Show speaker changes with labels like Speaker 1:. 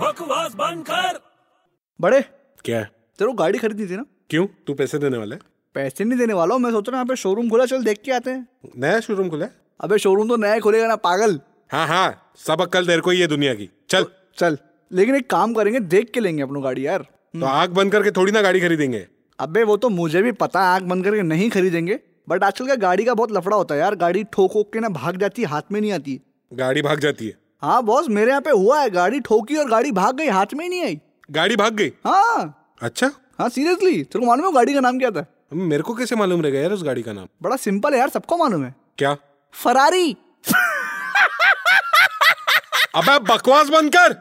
Speaker 1: बकवास बंद कर
Speaker 2: बड़े
Speaker 3: क्या है
Speaker 2: तेरे को गाड़ी खरीदी थी ना
Speaker 3: क्यों तू पैसे देने वाला है
Speaker 2: पैसे नहीं देने वाला हूँ मैं सोच रहा हूँ यहाँ पे शोरूम खुला चल देख के आते हैं
Speaker 3: नया शोरूम खुला है
Speaker 2: अबे शोरूम तो नया खुलेगा ना पागल
Speaker 3: हाँ हाँ सब अक्कल देर को ही है दुनिया की चल
Speaker 2: चल लेकिन एक काम करेंगे देख के लेंगे अपनी गाड़ी यार
Speaker 3: तो आग बंद करके थोड़ी ना गाड़ी खरीदेंगे
Speaker 2: अबे वो तो मुझे भी पता है आंख बंद करके नहीं खरीदेंगे बट आजकल का गाड़ी का बहुत लफड़ा होता है यार गाड़ी ठोक ओक के ना भाग जाती है, हाथ में नहीं आती
Speaker 3: गाड़ी भाग जाती है
Speaker 2: हाँ बॉस मेरे यहाँ पे हुआ है गाड़ी ठोकी और गाड़ी भाग गई हाथ में ही नहीं आई
Speaker 3: गाड़ी भाग गई
Speaker 2: हाँ
Speaker 3: अच्छा
Speaker 2: हाँ सीरियसली तेरे को मालूम है वो गाड़ी का नाम क्या था
Speaker 3: मेरे को कैसे मालूम रहेगा यार उस गाड़ी का नाम
Speaker 2: बड़ा सिंपल है यार सबको मालूम है
Speaker 3: क्या
Speaker 2: फरारी
Speaker 3: अबे बकवास बंद कर